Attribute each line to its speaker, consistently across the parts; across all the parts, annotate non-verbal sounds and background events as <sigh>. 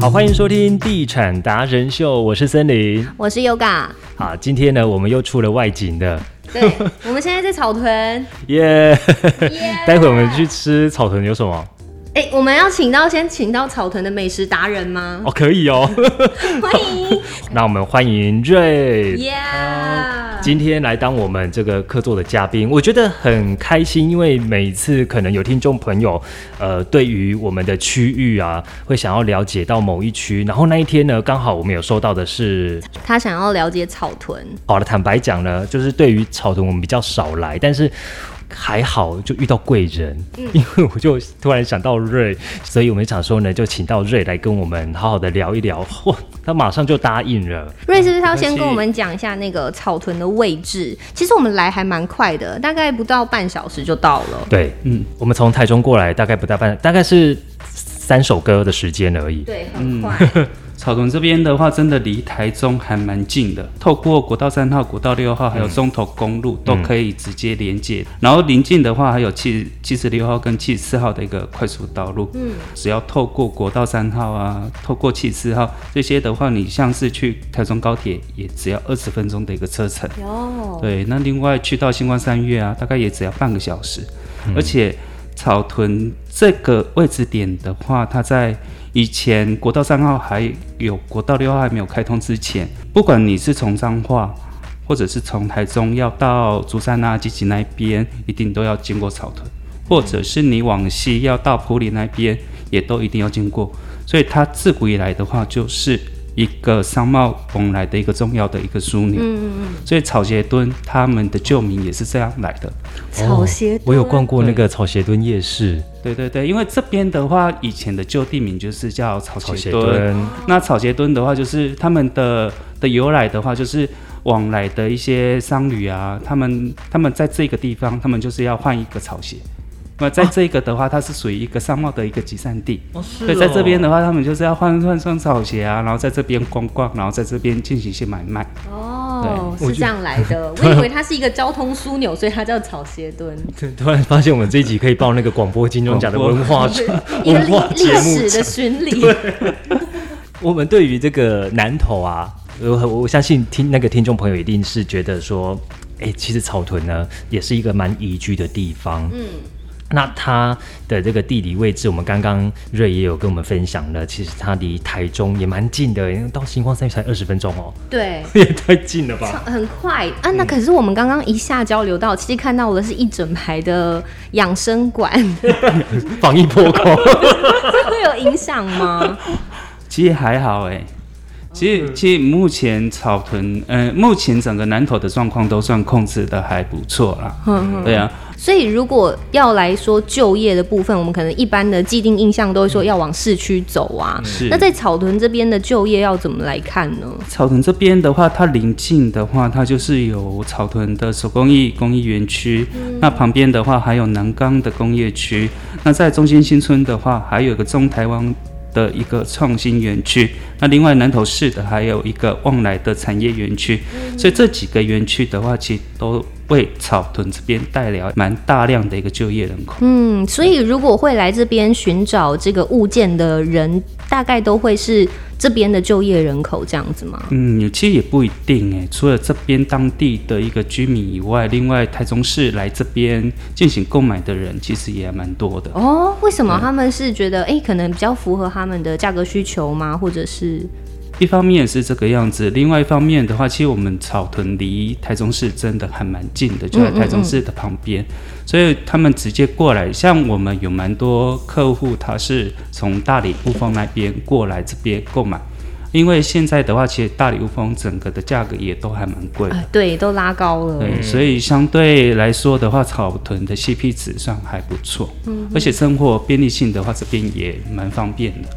Speaker 1: 好，欢迎收听《地产达人秀》，我是森林。
Speaker 2: 我是 Yoga。
Speaker 1: 好，今天呢，我们又出了外景的，
Speaker 2: 对，
Speaker 1: <laughs>
Speaker 2: 我们现在在草屯。
Speaker 1: 耶、
Speaker 2: 耶
Speaker 1: <laughs> 待会我们去吃草屯有什么？
Speaker 2: 哎、我们要请到先请到草屯的美食达人吗？
Speaker 1: <laughs> 哦，可以哦。
Speaker 2: 欢迎。
Speaker 1: 那我们欢迎瑞。
Speaker 2: Yeah。
Speaker 1: 今天来当我们这个客座的嘉宾，我觉得很开心，因为每次可能有听众朋友，呃，对于我们的区域啊，会想要了解到某一区，然后那一天呢，刚好我们有收到的是，
Speaker 2: 他想要了解草屯，
Speaker 1: 好哦了，坦白讲呢，就是对于草屯我们比较少来，但是。还好就遇到贵人，
Speaker 2: 嗯
Speaker 1: <laughs> 因为我就突然想到瑞，所以我们想说呢，就请到瑞来跟我们好好的聊一聊。嚯，他马上就答应了。
Speaker 2: 瑞是不是他要
Speaker 1: 没
Speaker 2: 先
Speaker 1: 关系
Speaker 2: 跟我们讲一下那个草屯的位置？其实我们来还蛮快的，大概不到半小时就到了。
Speaker 1: 对，嗯，我们从台中过来，大概不大半，大概是三首歌的时间而已。
Speaker 2: 对，很快。
Speaker 3: 草屯这边的话，真的离台中还蛮近的，透过国道三号、国道六号，还有中投公路、都可以直接连接。然后临近的话，还有七七十六号跟七十四号的一个快速道路。嗯，只要透过国道三号啊，透过七十四号这些的话，你像是去台中高铁也只要二十分钟的一个车程。
Speaker 2: 嗯哟、
Speaker 3: 对，那另外去到星光三月啊，大概也只要半个小时，而且草屯这个位置点的话，它在以前国道三号还有国道六号还没有开通之前，不管你是从彰化。或者是从台中要到竹山啊、集集那一边，一定都要经过草屯；或者是你往西要到埔里那边，也都一定要经过。所以它自古以来的话，就是一个商贸往来的一个重要的一个枢纽。所以草鞋墩他们的旧名也是这样来的。
Speaker 2: 草鞋、
Speaker 1: 哦我有逛过那个草鞋墩夜市，
Speaker 3: 对对对，因为这边的话，以前的旧地名就是叫草
Speaker 1: 草鞋
Speaker 3: 鞋墩。
Speaker 1: 墩，
Speaker 3: 那草鞋墩的话，就是他们的的由来的话，就是往来的一些商旅啊，他们他们在这个地方，他们就是要换一个草鞋。那在这个的话，它是属于一个商贸的一个集散地。
Speaker 1: 哦，是
Speaker 3: 对，在这边的话，他们就是要换换双草鞋啊，然后在这边逛逛，然后在这边进行一些买卖。
Speaker 2: 哦，是这样来
Speaker 1: <laughs>
Speaker 2: 的。我以为它是一个交通枢纽，所以它叫草鞋墩。
Speaker 1: <laughs> 突然发现我们这一集可以报那个广播金钟奖的文化
Speaker 2: 一个
Speaker 1: 文化
Speaker 2: 历
Speaker 1: 节
Speaker 2: 历
Speaker 1: 目
Speaker 2: 史的巡礼。
Speaker 1: 我们对于这个南投啊，我我我相信听那个听众朋友一定是觉得说，哎、其实草屯呢也是一个蛮宜居的地方。嗯，那它的这个地理位置，我们刚刚瑞也有跟我们分享了，其实它离台中也蛮近的，因为到星光三月才二十分钟 <laughs> 哦，
Speaker 2: 对，
Speaker 1: 也太近了吧？
Speaker 2: 很快啊。那可是我们刚刚一下交流到，其实看到的是一整排的养生馆， <laughs>
Speaker 1: 防疫破口， <laughs>
Speaker 2: 这会有影响 <laughs> 吗？
Speaker 3: 其实还好哎、其实其实目前草屯，呃，目前整个南投的状况都算控制的还不错啦。对啊，
Speaker 2: 所以如果要来说就业的部分，我们可能一般的既定印象都会说要往市区走啊。
Speaker 3: 是
Speaker 2: 那在草屯这边的就业要怎么来看呢？
Speaker 3: 草屯这边的话，它临近的话，它就是有草屯的手工艺工艺园区，那旁边的话还有南岗的工业区，那在中心新村的话，还有一个中台湾的一个创新园区，那另外南投市的还有一个望来的产业园区，所以这几个园区的话，其实都为草屯这边带来蛮大量的一个就业人口。
Speaker 2: 嗯，所以如果会来这边寻找这个物件的人，大概都会是这边的就业人口这样子吗？
Speaker 3: 嗯，其实也不一定诶。除了这边当地的一个居民以外，另外台中市来这边进行购买的人，其实也还蛮多的。
Speaker 2: 哦，为什么他们是觉得哎、诶可能比较符合他们的价格需求吗？或者是
Speaker 3: 一方面是这个样子，另外一方面的话，其实我们草屯离台中市真的还蛮近的，就在台中市的旁边，所以他们直接过来。像我们有蛮多客户，他是从大理雾峰那边过来这边购买，因为现在的话，其实大理雾峰整个的价格也都还蛮贵的
Speaker 2: 啊、。对，都拉高了。
Speaker 1: 嗯
Speaker 3: 对，所以相对来说的话，草屯的 CP 值算还不错，嗯，而且生活便利性的话，这边也蛮方便的。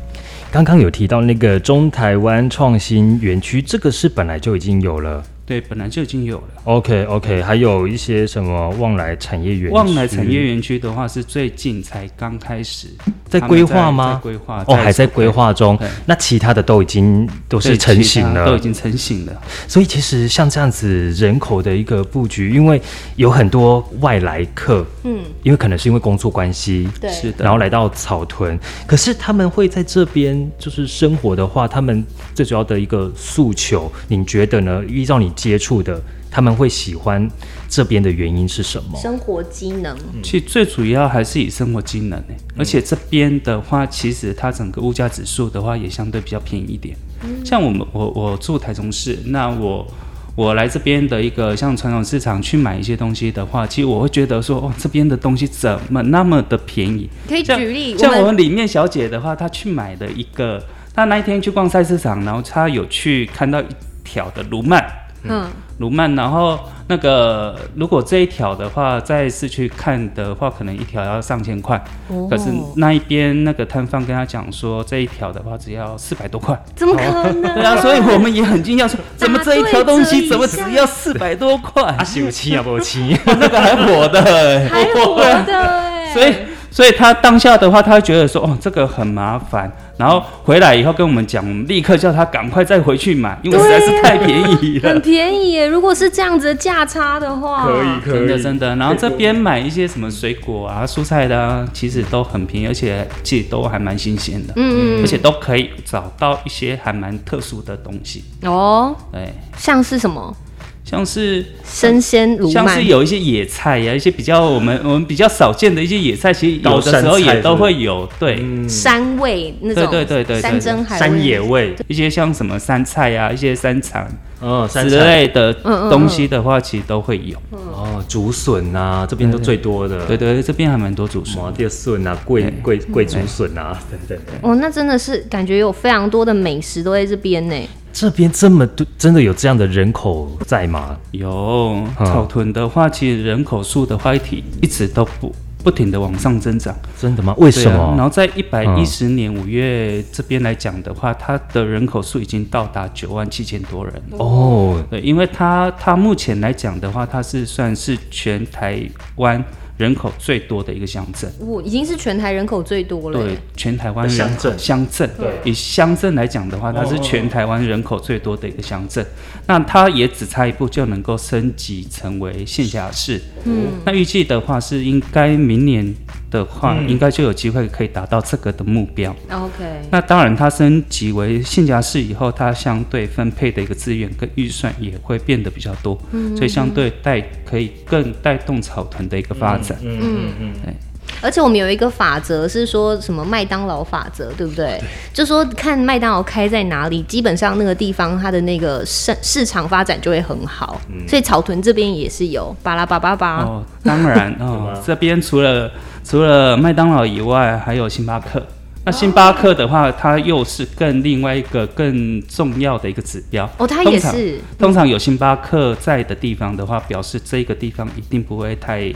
Speaker 1: 刚刚有提到那个中台湾创新园区，这个是本来就已经有了。
Speaker 3: 对，本来就已经有了。
Speaker 1: OK OK，还有一些什么望来产业园区，
Speaker 3: 望来产业园区的话，是最近才刚开始
Speaker 1: 在规划
Speaker 3: 他们在啊在
Speaker 1: 吗？
Speaker 3: 规划
Speaker 1: 哦，还在规。划中
Speaker 3: 对。
Speaker 1: 那其他的都已经都
Speaker 3: 都
Speaker 1: 是成型了，
Speaker 3: 都已经成型了。
Speaker 1: 所以其实像这样子人口的一个布局，因为有很多外来客，
Speaker 2: 嗯，
Speaker 1: 因为可能是因为工作关系，
Speaker 2: 对，
Speaker 3: 是的，
Speaker 1: 然后来到草屯，可是他们会在这边就是生活的话，他们最主要的一个诉求，你觉得呢？依照你接触的，他们会喜欢这边的原因是什么？
Speaker 2: 生活机能，
Speaker 3: 其实最主要还是以生活机
Speaker 2: 嗯
Speaker 3: 能、欸而且这边的话，其实它整个物价指数的话也相对比较便宜一点。
Speaker 2: 嗯
Speaker 3: 像我们我我住台中市，那我我来这边的一个像传统市场去买一些东西的话，其实我会觉得说，哦，这边的东西怎么那么的便宜？
Speaker 2: 可以
Speaker 3: 像
Speaker 2: 举例，我
Speaker 3: 像我
Speaker 2: 们
Speaker 3: 们里面小姐的话，她去买的一个，她那一天去逛菜市场，然后她有去看到一条的卢曼，
Speaker 2: 嗯
Speaker 3: 卢曼，然后那个如果这一条的话，在市区看的话，可能一条要上千块，
Speaker 2: 哦
Speaker 3: 嗯可是那一边那个摊贩跟他讲说，这一条的话只要四百多 <laughs> 块。
Speaker 2: 怎么可能？
Speaker 3: 对啊，所以我们也很惊讶，说怎么这一条东西怎么只要四百多块？
Speaker 1: 啊，有七啊，不七，
Speaker 3: 那个还火的、欸，
Speaker 2: 还
Speaker 3: <laughs>
Speaker 2: 活的
Speaker 3: 啊
Speaker 2: 哎、
Speaker 3: 所以，所以他当下的话，他会觉得说，哦，这个很麻烦，然后回来以后跟我们讲，我们立刻叫他赶快再回去买，因为实在是太便宜了
Speaker 2: 很。便宜耶。如果是这样子的价差哦的话，
Speaker 3: 真的真的，然后这边买一些什么水果啊、蔬菜的啊，其实都很便宜，而且其实都还蛮新鲜的，
Speaker 2: 嗯
Speaker 3: 而且都可以找到一些还蛮特殊的东西。
Speaker 2: 哦，
Speaker 3: 对，
Speaker 2: 像是什么
Speaker 3: 像是
Speaker 2: 生鲜卤
Speaker 3: 像
Speaker 2: 卖
Speaker 3: 是，有一些野菜啊呀、一些比较我们 <laughs> 我们比较少见的一些野菜，其实有的时候也都会有。对，
Speaker 2: 嗯山味那种，
Speaker 3: 嗯对对对对对
Speaker 2: 山珍海味
Speaker 1: 山野味，
Speaker 3: 一些像什么山菜啊呀、一些山产
Speaker 1: 嗯，
Speaker 3: 之
Speaker 1: 山菜
Speaker 3: 类的
Speaker 2: 嗯嗯
Speaker 3: 东西的话，其实都会有。
Speaker 1: 哦，竹笋啊，这边都最多的，
Speaker 3: 嗯对对，嗯这边还蛮多主食。
Speaker 1: 毛地笋啊，桂桂桂竹笋啊，等等的。
Speaker 2: 哦，那真的是感觉有非常多的美食都在这边呢。
Speaker 1: 这边这么多，真的有这样的人口在吗？
Speaker 3: 有草屯的话，其实人口数的话，一体一直都不不停的往上增长。
Speaker 1: 真的吗？为
Speaker 3: 对
Speaker 1: 什么？
Speaker 3: 啊？然后在一百一十年五月这边来讲的话，它的人口数已经到达九万七千多人了。
Speaker 1: 哦，
Speaker 3: 对，因为它它目前来讲的话，它是算是全台湾人口最多的一个乡镇。
Speaker 2: 我已经是全台人口最多了耶。
Speaker 3: 对，全台湾人
Speaker 1: 乡
Speaker 3: 口
Speaker 1: 镇哦
Speaker 3: 乡镇，
Speaker 1: 对
Speaker 3: 以乡镇来讲的话，它是全台湾人口最多的一个乡镇。那它也只差一步就能够升级成为县辖市。嗯，那预计的话是应该明年的话，
Speaker 1: 嗯
Speaker 3: 应该就有机会可以达到这个的目标。
Speaker 2: OK，
Speaker 3: 那当然，它升级为县辖市以后，它相对分配的一个资源跟预算也会变得比较多，所以相对带可以更带动草屯的一个发展。
Speaker 2: 而且我们有一个法则是说什么麦当劳法则，对不
Speaker 3: 啊
Speaker 2: 对？就说看麦当劳开在哪里，基本上那个地方它的那个市市场发展就会很好。所以草屯这边也是有巴拉巴巴巴。
Speaker 3: 嗯哦，当然哦，这边除了除了麦当劳以外，还有星巴克。那星巴克的话，它又是更另外一个更重要的一个指标。
Speaker 2: 哦，它也
Speaker 3: 通常
Speaker 2: 是
Speaker 3: 通常有星巴克在的地方的话，表示这个地方一定不会太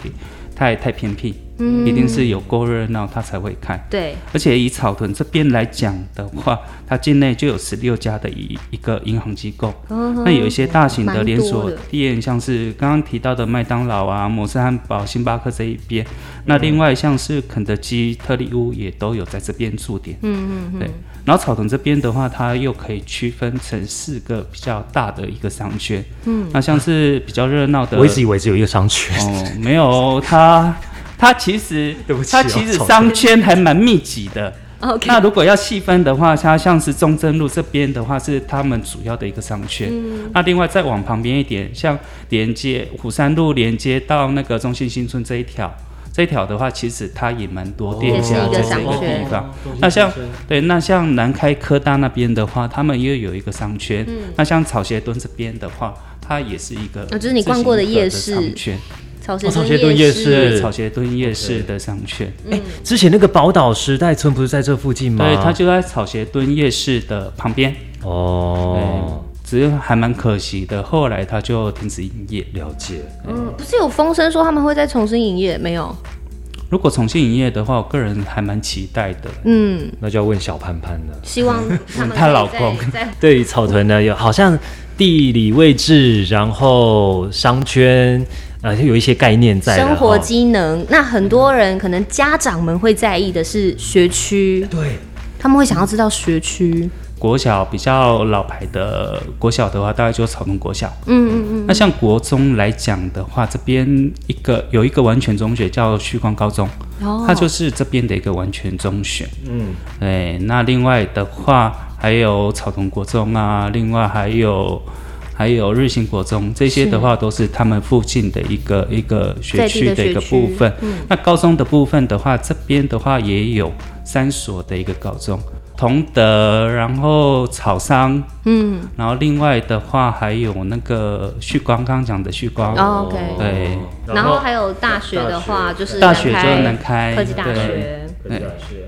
Speaker 3: 太太偏僻，一定是有够热闹，它才会开。
Speaker 2: 对，
Speaker 3: 而且以草屯这边来讲的话，它境内就有十六家的一一个银行机构，那有一些大型的连
Speaker 2: 蛮多
Speaker 3: 锁
Speaker 2: 的
Speaker 3: 店，像是刚刚提到的麦当劳啊、摩斯汉堡、星巴克这一边，那另外像是肯德基、特利屋也都有在这边驻点。嗯嗯对。然后草屯这边的话，它又可以区分成四个比较大的一个商圈。嗯，那像是比较热闹的，
Speaker 1: 我一直以为只有一个商圈。
Speaker 3: 哦，没有，它它其实
Speaker 1: <laughs> 对不起
Speaker 3: 它
Speaker 1: 哦
Speaker 3: 其实
Speaker 1: 草屯
Speaker 3: 商圈还蛮密集的。
Speaker 2: 哦 OK，
Speaker 3: <laughs> 那如果要细分的话，它像是中正路这边的话是他们主要的一个商圈，
Speaker 2: 嗯
Speaker 3: 那另外再往旁边一点，像连接虎山路连接到那个中心新村这一条。这一条的话，其实它也蛮多店家
Speaker 2: 也
Speaker 3: 在
Speaker 2: 是一个
Speaker 3: 这个
Speaker 2: 商圈
Speaker 3: 地方。那像对，那像南开科大那边的话，他们又有一个商圈。那像草鞋墩这边的话，它也是一个
Speaker 2: 嗯哦就是你逛过的
Speaker 3: 自行车
Speaker 2: 夜市嗯
Speaker 3: 商圈，
Speaker 2: 草
Speaker 1: 哦草鞋
Speaker 2: 屯
Speaker 1: 墩
Speaker 2: 夜
Speaker 1: 夜市
Speaker 3: 对，草鞋墩夜市的商圈。
Speaker 1: 哎、之前那个宝岛时代村不是在这附近吗？
Speaker 3: 嗯对，它就在草鞋墩夜市的旁边。
Speaker 1: 哦
Speaker 3: 哦，，只是还蛮可惜的，后来他就停止营业。
Speaker 1: 了解。
Speaker 2: 嗯，不是有风声说他们会再重新营业没有？
Speaker 3: 如果重新营业的话，我个人还蛮期待的。
Speaker 2: 嗯，
Speaker 1: 那就要问小潘潘了。
Speaker 2: 希
Speaker 3: <laughs>
Speaker 2: 望他们
Speaker 3: 嗯她老公
Speaker 2: 在
Speaker 1: 对于草屯呢，有好像地理位置，然后商圈，呃，有一些概念在了
Speaker 2: 生活
Speaker 1: 哦
Speaker 2: 机能。那很多人可能家长们会在意的是学区，
Speaker 1: 对，
Speaker 2: 他们会想要知道学区。
Speaker 3: 国小比较老牌的国小的话，大概就是草东国小。嗯嗯嗯。那像国中来讲的话，这边一个有一个完全中学叫旭光高中，
Speaker 2: 哦
Speaker 3: 它就是这边的一个完全中学。
Speaker 1: 嗯，
Speaker 3: 对，那另外的话还有草屯国中啊，另外还有还有日新国中，这些的话都是他们附近的一个一个学区的一个部分。
Speaker 2: 嗯
Speaker 3: 那高中的部分的话，这边的话也有三所的一个高中，同德，然后草商，嗯，然后另外的话还有那个旭光，刚刚讲的旭光，
Speaker 2: 哦 OK
Speaker 3: 对
Speaker 2: 然
Speaker 1: 哦
Speaker 2: 后还有大学的话，就是
Speaker 3: 大学就
Speaker 2: 南
Speaker 3: 能开
Speaker 2: 科技大
Speaker 3: 对
Speaker 2: 学。
Speaker 1: 科技大学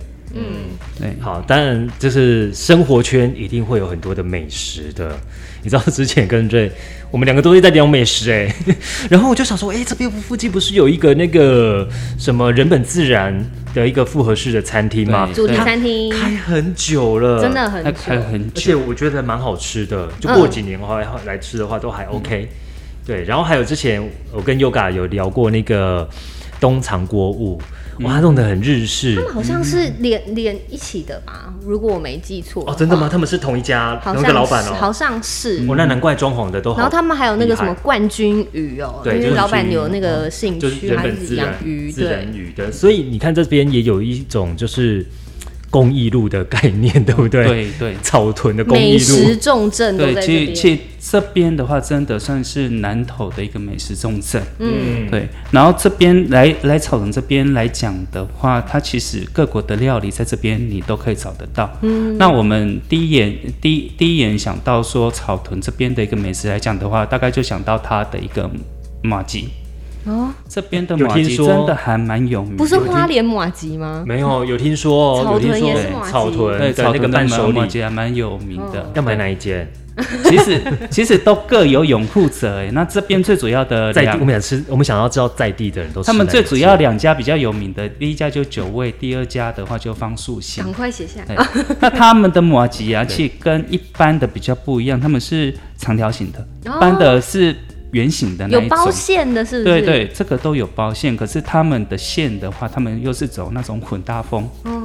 Speaker 3: 对。
Speaker 1: 好，当然就是生活圈一定会有很多的美食的。你知道之前跟瑞，我们两个都是在聊美食哎、 <laughs> 然后我就想说，哎、这边附近不是有一个那个什么人本自然的一个复合式的餐厅吗？
Speaker 3: 对
Speaker 2: 主题餐厅
Speaker 1: 开很久了，
Speaker 2: 真的很
Speaker 3: 那
Speaker 2: 久
Speaker 3: 开了很
Speaker 1: 而
Speaker 3: 久
Speaker 1: 且，我觉得蛮好吃的，就过几年的话、来吃的话都还 OK、对，
Speaker 2: 嗯
Speaker 1: 然后还有之前我跟 Yoga 有聊过那个东厂锅物，哇，它弄得很日式。
Speaker 2: 好像是连连一起的吧，如果我没记错。
Speaker 1: 哦，真的吗？？他们是同一家
Speaker 2: 好
Speaker 1: 同
Speaker 2: 像
Speaker 1: 一个老板
Speaker 2: 是
Speaker 1: 哦
Speaker 2: 好。像是。
Speaker 1: 哦，那难怪装潢的都好。
Speaker 2: 嗯然后他们还有那个什么
Speaker 1: 厉害
Speaker 2: 冠军鱼哦，
Speaker 1: 对
Speaker 2: 因
Speaker 1: 就
Speaker 2: 为
Speaker 1: 是嗯
Speaker 2: 老板有那个兴
Speaker 1: 就是
Speaker 2: 趣，
Speaker 1: 人
Speaker 2: 还
Speaker 1: 本
Speaker 2: 是
Speaker 1: 自
Speaker 2: 养
Speaker 1: 然
Speaker 2: 鱼，
Speaker 1: 自
Speaker 2: 对
Speaker 1: 然，鱼的，所以你看这边也有一种就是公益路的概
Speaker 2: <laughs>
Speaker 1: 念，对不对？，
Speaker 3: 对对。
Speaker 1: 草屯的公益
Speaker 2: 美
Speaker 1: 路
Speaker 2: 食，重镇都
Speaker 3: 对，
Speaker 2: 在这
Speaker 3: 其
Speaker 2: 边。
Speaker 3: 其这边的话，真的算是南投的一个美食重镇。
Speaker 1: 嗯，
Speaker 3: 对，然后这边来来草屯这边来讲的话，它其实各国的料理在这边你都可以找得到。嗯，那我们第一眼第一第一眼想到说草屯这边的一个美食来讲的话，大概就想到它的一个马吉。
Speaker 2: 哦，
Speaker 1: 嗯
Speaker 3: 这边的
Speaker 1: 有
Speaker 3: 马
Speaker 1: 听
Speaker 3: 吉
Speaker 1: 说
Speaker 3: 真的还蛮有名的，
Speaker 2: 不是花莲马吉吗？
Speaker 1: 嗯没有有听说哦，
Speaker 2: 草
Speaker 1: 有听
Speaker 2: 屯也是
Speaker 1: 说
Speaker 2: 马吉
Speaker 1: 草屯的
Speaker 3: 对草
Speaker 1: 那
Speaker 3: 屯
Speaker 1: 个
Speaker 3: 的
Speaker 1: 伴手礼哦
Speaker 3: 马吉还蛮有名的。
Speaker 1: 要买哪一间？
Speaker 3: 其实 <laughs> 其实都各有拥护者哎。那这边最主要的
Speaker 1: 在地，
Speaker 3: 两
Speaker 1: 我们想吃，我们想要知道在地的人都吃
Speaker 3: 啊他们
Speaker 1: 哪
Speaker 3: 最
Speaker 1: 一
Speaker 3: 主
Speaker 1: 间
Speaker 3: 要两家比较有名的，第一家就九味，第二家的话就方素心
Speaker 2: 赶。快写下来
Speaker 3: 对。 <laughs> 那他们的马吉啊，其实跟一般的比较不一样，他们是长条形的，一
Speaker 2: 哦
Speaker 3: 般的是圆形的那
Speaker 2: 有
Speaker 3: 一种。
Speaker 2: 包馅的，是不是？
Speaker 3: 对对，这个都有包馅，可是他们的馅的话，他们又是走那种混搭风。
Speaker 2: 哦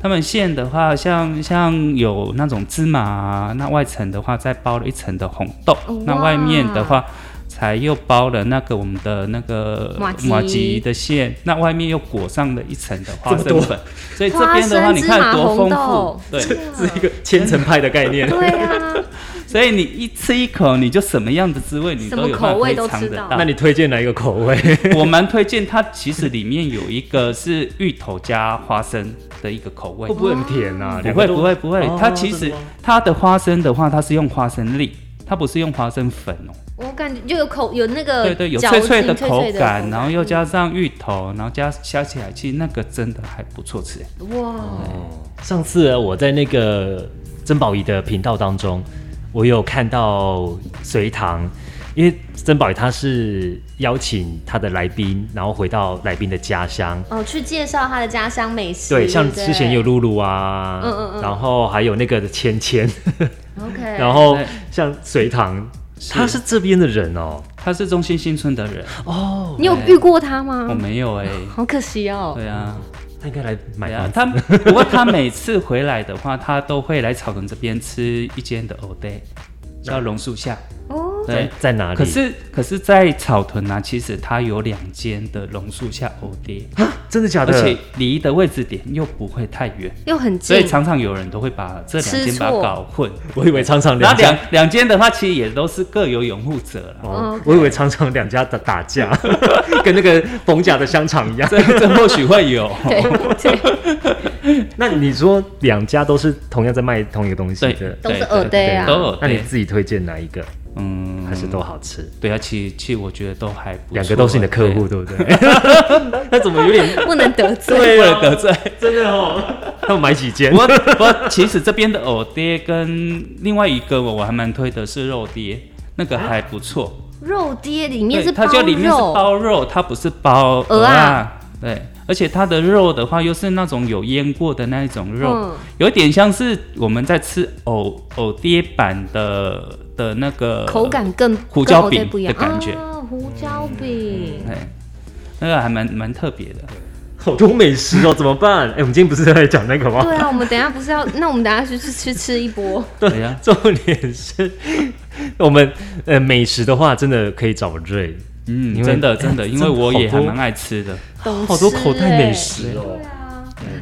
Speaker 3: 他们馅的话，像像有那种芝麻、啊，那外层的话再包了一层的红豆
Speaker 2: 哇，
Speaker 3: 那外面的话才又包了那个我们的那个
Speaker 2: 马吉
Speaker 3: 马吉的馅，那外面又裹上了一层的花
Speaker 1: 这么
Speaker 3: 生
Speaker 1: 多
Speaker 3: 粉，所以这边的话
Speaker 2: 花生
Speaker 3: 你看多丰
Speaker 2: 芝麻红
Speaker 3: 富
Speaker 2: 豆，
Speaker 3: 对，
Speaker 1: <laughs> 是一个千层派的概念。
Speaker 2: 对啊，
Speaker 3: 所以你一吃一口你就什么样的滋味你
Speaker 2: 什
Speaker 3: 都
Speaker 2: 么
Speaker 3: 有
Speaker 2: 口
Speaker 3: 办法
Speaker 2: 味
Speaker 3: 可以
Speaker 2: 都
Speaker 3: 尝
Speaker 2: 吃
Speaker 3: 得
Speaker 2: 到
Speaker 3: 到。
Speaker 1: 那你推荐哪一个口
Speaker 3: <laughs>
Speaker 1: 味？
Speaker 3: 我蛮推荐它，其实里面有一个是芋头加花生的一个口味
Speaker 1: 会，不会很甜啊？
Speaker 3: 不
Speaker 1: 两个
Speaker 3: 会
Speaker 1: 都
Speaker 3: 不会不会
Speaker 1: 哦，
Speaker 3: 它其实
Speaker 1: 真的吗
Speaker 3: 它的花生的话，它是用花生粒，它不是用花生粉哦。
Speaker 2: 我感觉就有口有那个
Speaker 3: 对对，有
Speaker 2: 呃嚼
Speaker 3: 脆脆
Speaker 2: 劲
Speaker 3: 的
Speaker 2: 脆
Speaker 3: 口
Speaker 2: 脆的
Speaker 3: 感，然后又加上芋头，然后加加起来，其实那个真的还不错吃。
Speaker 2: 哇，
Speaker 1: 哦上次我在那个曾宝仪的频道当中，我有看到隋唐，因为曾宝仪他是邀请他的来宾，然后回到来宾的家乡。
Speaker 2: 哦，去介绍他的家乡美食。
Speaker 1: 对，像
Speaker 2: 不
Speaker 1: 之前有露露啊，
Speaker 2: 嗯嗯嗯
Speaker 1: 然后还有那个芊芊，
Speaker 2: OK，
Speaker 1: 然后
Speaker 3: 对
Speaker 1: 像隋唐，他是这边的人哦，
Speaker 3: 他是中心新村的人，
Speaker 1: 哦，
Speaker 2: 你有遇过他吗？
Speaker 3: 我没有哎、
Speaker 2: 好可惜哦。
Speaker 3: 对啊，
Speaker 1: 他应该来买
Speaker 3: 对
Speaker 1: 房
Speaker 3: 啊，
Speaker 1: 子。
Speaker 3: 他不过他每次回来的话，他都会来草屯这边吃一间的藕day，叫榕树下。
Speaker 2: 哦，
Speaker 3: 对
Speaker 1: 在，在哪里？
Speaker 3: 可是可是，在草屯啊，其实它有两间的榕树下欧爹，
Speaker 1: 真的假嗯
Speaker 3: 而
Speaker 1: 的？
Speaker 3: 且离的位置点又不会太远，
Speaker 2: 又很
Speaker 3: 所以
Speaker 2: 近，
Speaker 3: 常常有人都会把这两间
Speaker 2: 吃
Speaker 3: 把
Speaker 2: 错
Speaker 3: 它搞混。
Speaker 1: 我以为常常
Speaker 3: 然
Speaker 1: 两
Speaker 3: 后
Speaker 1: 家
Speaker 3: 两，两间的话，其实也都是各有拥护者
Speaker 1: <laughs> 哦
Speaker 3: 啦。
Speaker 2: 哦，
Speaker 1: 我以为常常两家打打
Speaker 3: <laughs>
Speaker 1: 架，跟那个逢甲的香肠一样。
Speaker 3: 这这或许会有， <laughs>
Speaker 2: 对对，
Speaker 1: 那你说两家都是同样在卖同一个东西
Speaker 3: 对
Speaker 1: 的，
Speaker 2: 都是
Speaker 3: 对
Speaker 2: 耳
Speaker 3: 对
Speaker 2: 对啊
Speaker 3: 都。有
Speaker 1: 那你
Speaker 3: 对，
Speaker 1: 自己推荐哪一个？
Speaker 3: 嗯，
Speaker 1: 还是都好吃？
Speaker 3: 对啊，其实其实我觉得都还不错
Speaker 1: 两个都是你的客户，，啊对不对？那怎么有 <laughs> 点
Speaker 2: 不能得罪。
Speaker 3: 对为了得罪。
Speaker 1: <laughs> 真的哦？ <laughs> 那我买几间
Speaker 3: <laughs> 不？过不过，其实这边的藕爹跟另外一个我我还蛮推的是肉爹，那个还不错。
Speaker 2: 肉爹里面
Speaker 3: 对，
Speaker 2: 是
Speaker 3: 它
Speaker 2: 包
Speaker 3: 就里面是
Speaker 2: 肉，
Speaker 3: 包肉，它不是包
Speaker 2: 鹅啊
Speaker 3: 啊。对，而且它的肉的话，又是那种有腌过的那一种肉，
Speaker 2: 嗯
Speaker 3: 有点像是我们在吃藕藕爹版的的那个
Speaker 2: 口感更
Speaker 3: 胡
Speaker 2: 跟
Speaker 3: 椒
Speaker 2: 藕
Speaker 3: 饼
Speaker 2: 类不一样
Speaker 3: 的感觉
Speaker 2: 啊，胡椒饼。
Speaker 3: 哎，那个还蛮蛮特别的。
Speaker 1: 好多美食哦，怎么办？哎、我们今天不是在讲那个吗？
Speaker 2: 对啊，我们等一下不是要？那我们等一下去去去吃一波。
Speaker 1: 啊
Speaker 3: 对呀、
Speaker 1: <laughs> 重点是，我们呃美食的话，真的可以找瑞，因
Speaker 3: 嗯，
Speaker 1: 为哎
Speaker 3: 真的真的，因为我也
Speaker 1: 好
Speaker 3: 还
Speaker 1: 多
Speaker 3: 蛮爱吃的。 <laughs>
Speaker 2: 懂
Speaker 1: 好多
Speaker 2: 吃
Speaker 1: 口袋美
Speaker 2: 欸
Speaker 1: 食哦。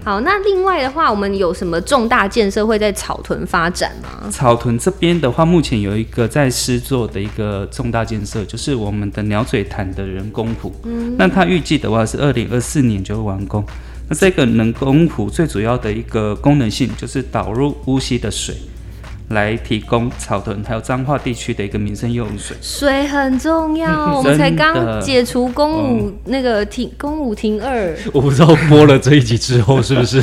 Speaker 2: 好，那另外的话，我们有什么重大建设会在草屯发展吗？
Speaker 3: 草屯这边的话，目前有一个在施作的一个重大建设，就是我们的鸟嘴潭的人工湖。那它预计的话是二零二四年就会完工。那这个人工湖最主要的一个功能性，就是导入乌溪的水，来提供草屯还有彰化地区的一个民生用水。
Speaker 2: 水很重要，我们
Speaker 3: 嗯真
Speaker 2: 才
Speaker 3: 的
Speaker 2: 刚解除公五那个停公五停二，
Speaker 3: 嗯
Speaker 1: 我不知道播了这一集之后是不 <laughs> 是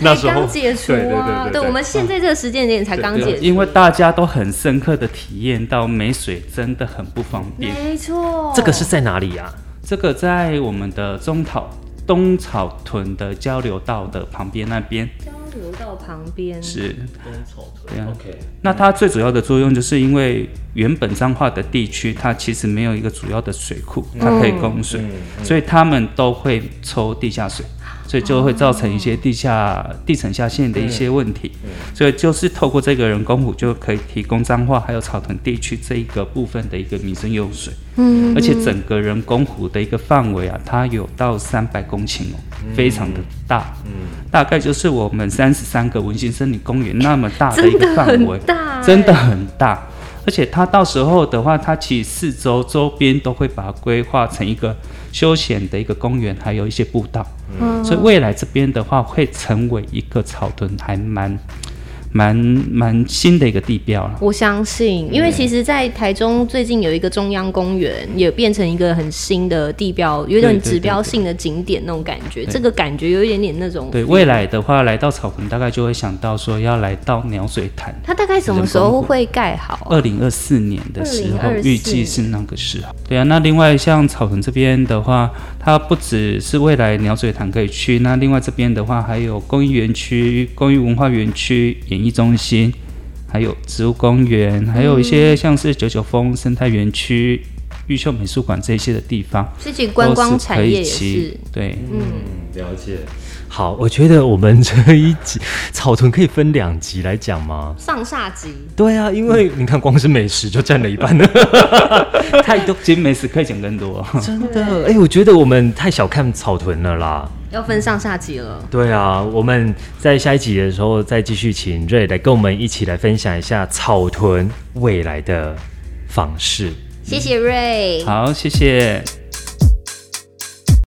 Speaker 1: 那
Speaker 2: 才
Speaker 1: 时候
Speaker 2: 刚解除
Speaker 1: 对对
Speaker 2: 啊。
Speaker 1: 对对对
Speaker 2: 我们现在这个时间点才刚解除，
Speaker 3: 因为大家都很深刻的体验到没水真的很不方便。
Speaker 2: 没错，
Speaker 1: 这个是在哪里啊？
Speaker 3: 这个在我们的中草东草屯的交流道的旁边那边
Speaker 2: 交流道旁边，
Speaker 3: 是。对啊
Speaker 1: OK，
Speaker 3: 那它最主要的作用，就是因为原本彰化的地区，它其实没有一个主要的水库，
Speaker 2: 嗯
Speaker 3: 它可以供水，所以他们都会抽地下水，所以就会造成一些地下、
Speaker 2: 嗯
Speaker 3: 地层下陷的一些问题。所以就是透过这个人工湖，就可以提供彰化还有草屯地区这一个部分的一个民生用水。
Speaker 2: 嗯，
Speaker 3: 而且整个人工湖的一个范围啊，它有到三百公顷哦，
Speaker 2: 嗯
Speaker 3: 非常的大，大概就是我们三十三个文心森林公园那么大的一
Speaker 2: 真
Speaker 3: 个
Speaker 2: 的
Speaker 3: 范围
Speaker 2: 很，大，
Speaker 3: 真的。很大。而且它到时候的话，它其实四周周边都会把它规划成一个休闲的一个公园，还有一些步道。
Speaker 2: 嗯
Speaker 3: 所以未来这边的话，会成为一个草屯还蛮蛮蛮新的一个地标了。
Speaker 2: 我相信，
Speaker 3: 嗯
Speaker 2: 因为其实，在台中最近有一个中央公园，也变成一个很新的地标，有
Speaker 3: 对
Speaker 2: 点
Speaker 3: 对对
Speaker 2: 指标性的景点那种感觉。这个感觉有一点点那种。
Speaker 3: 对未来的话，来到草屯，大概就会想到说要来到鸟水潭。
Speaker 2: 它大概什么时候会盖好啊？
Speaker 3: 二零二四年的时候，
Speaker 2: 2024
Speaker 3: 预计是那个时候。对啊，那另外像草屯这边的话，它不只是未来鸟嘴潭可以去，那另外这边的话还有公益园区、公益文化园区、演艺中心，还有植物公园，还有一
Speaker 2: 嗯
Speaker 3: 些像是九九峰生态园区、玉秀美术馆这些的地方，
Speaker 2: 自己观嗯光产业也
Speaker 3: 都可以
Speaker 2: 是
Speaker 3: 骑。对。
Speaker 1: 嗯，了解。好，我觉得我们这一集草屯可以分两集来讲吗？
Speaker 2: 上下级，
Speaker 1: 对啊，因为你看，光是美食就占了一半 <laughs> 了，太多。
Speaker 3: 其实美食可以讲
Speaker 2: <laughs>
Speaker 3: 更多，
Speaker 1: 真的，哎、我觉得我们太小看草屯了啦。
Speaker 2: 要分上下级了。
Speaker 1: 对啊，我们在下一集的时候再继续请瑞来跟我们一起来分享一下草屯未来的方式。
Speaker 2: 谢谢瑞，
Speaker 3: 好，谢谢。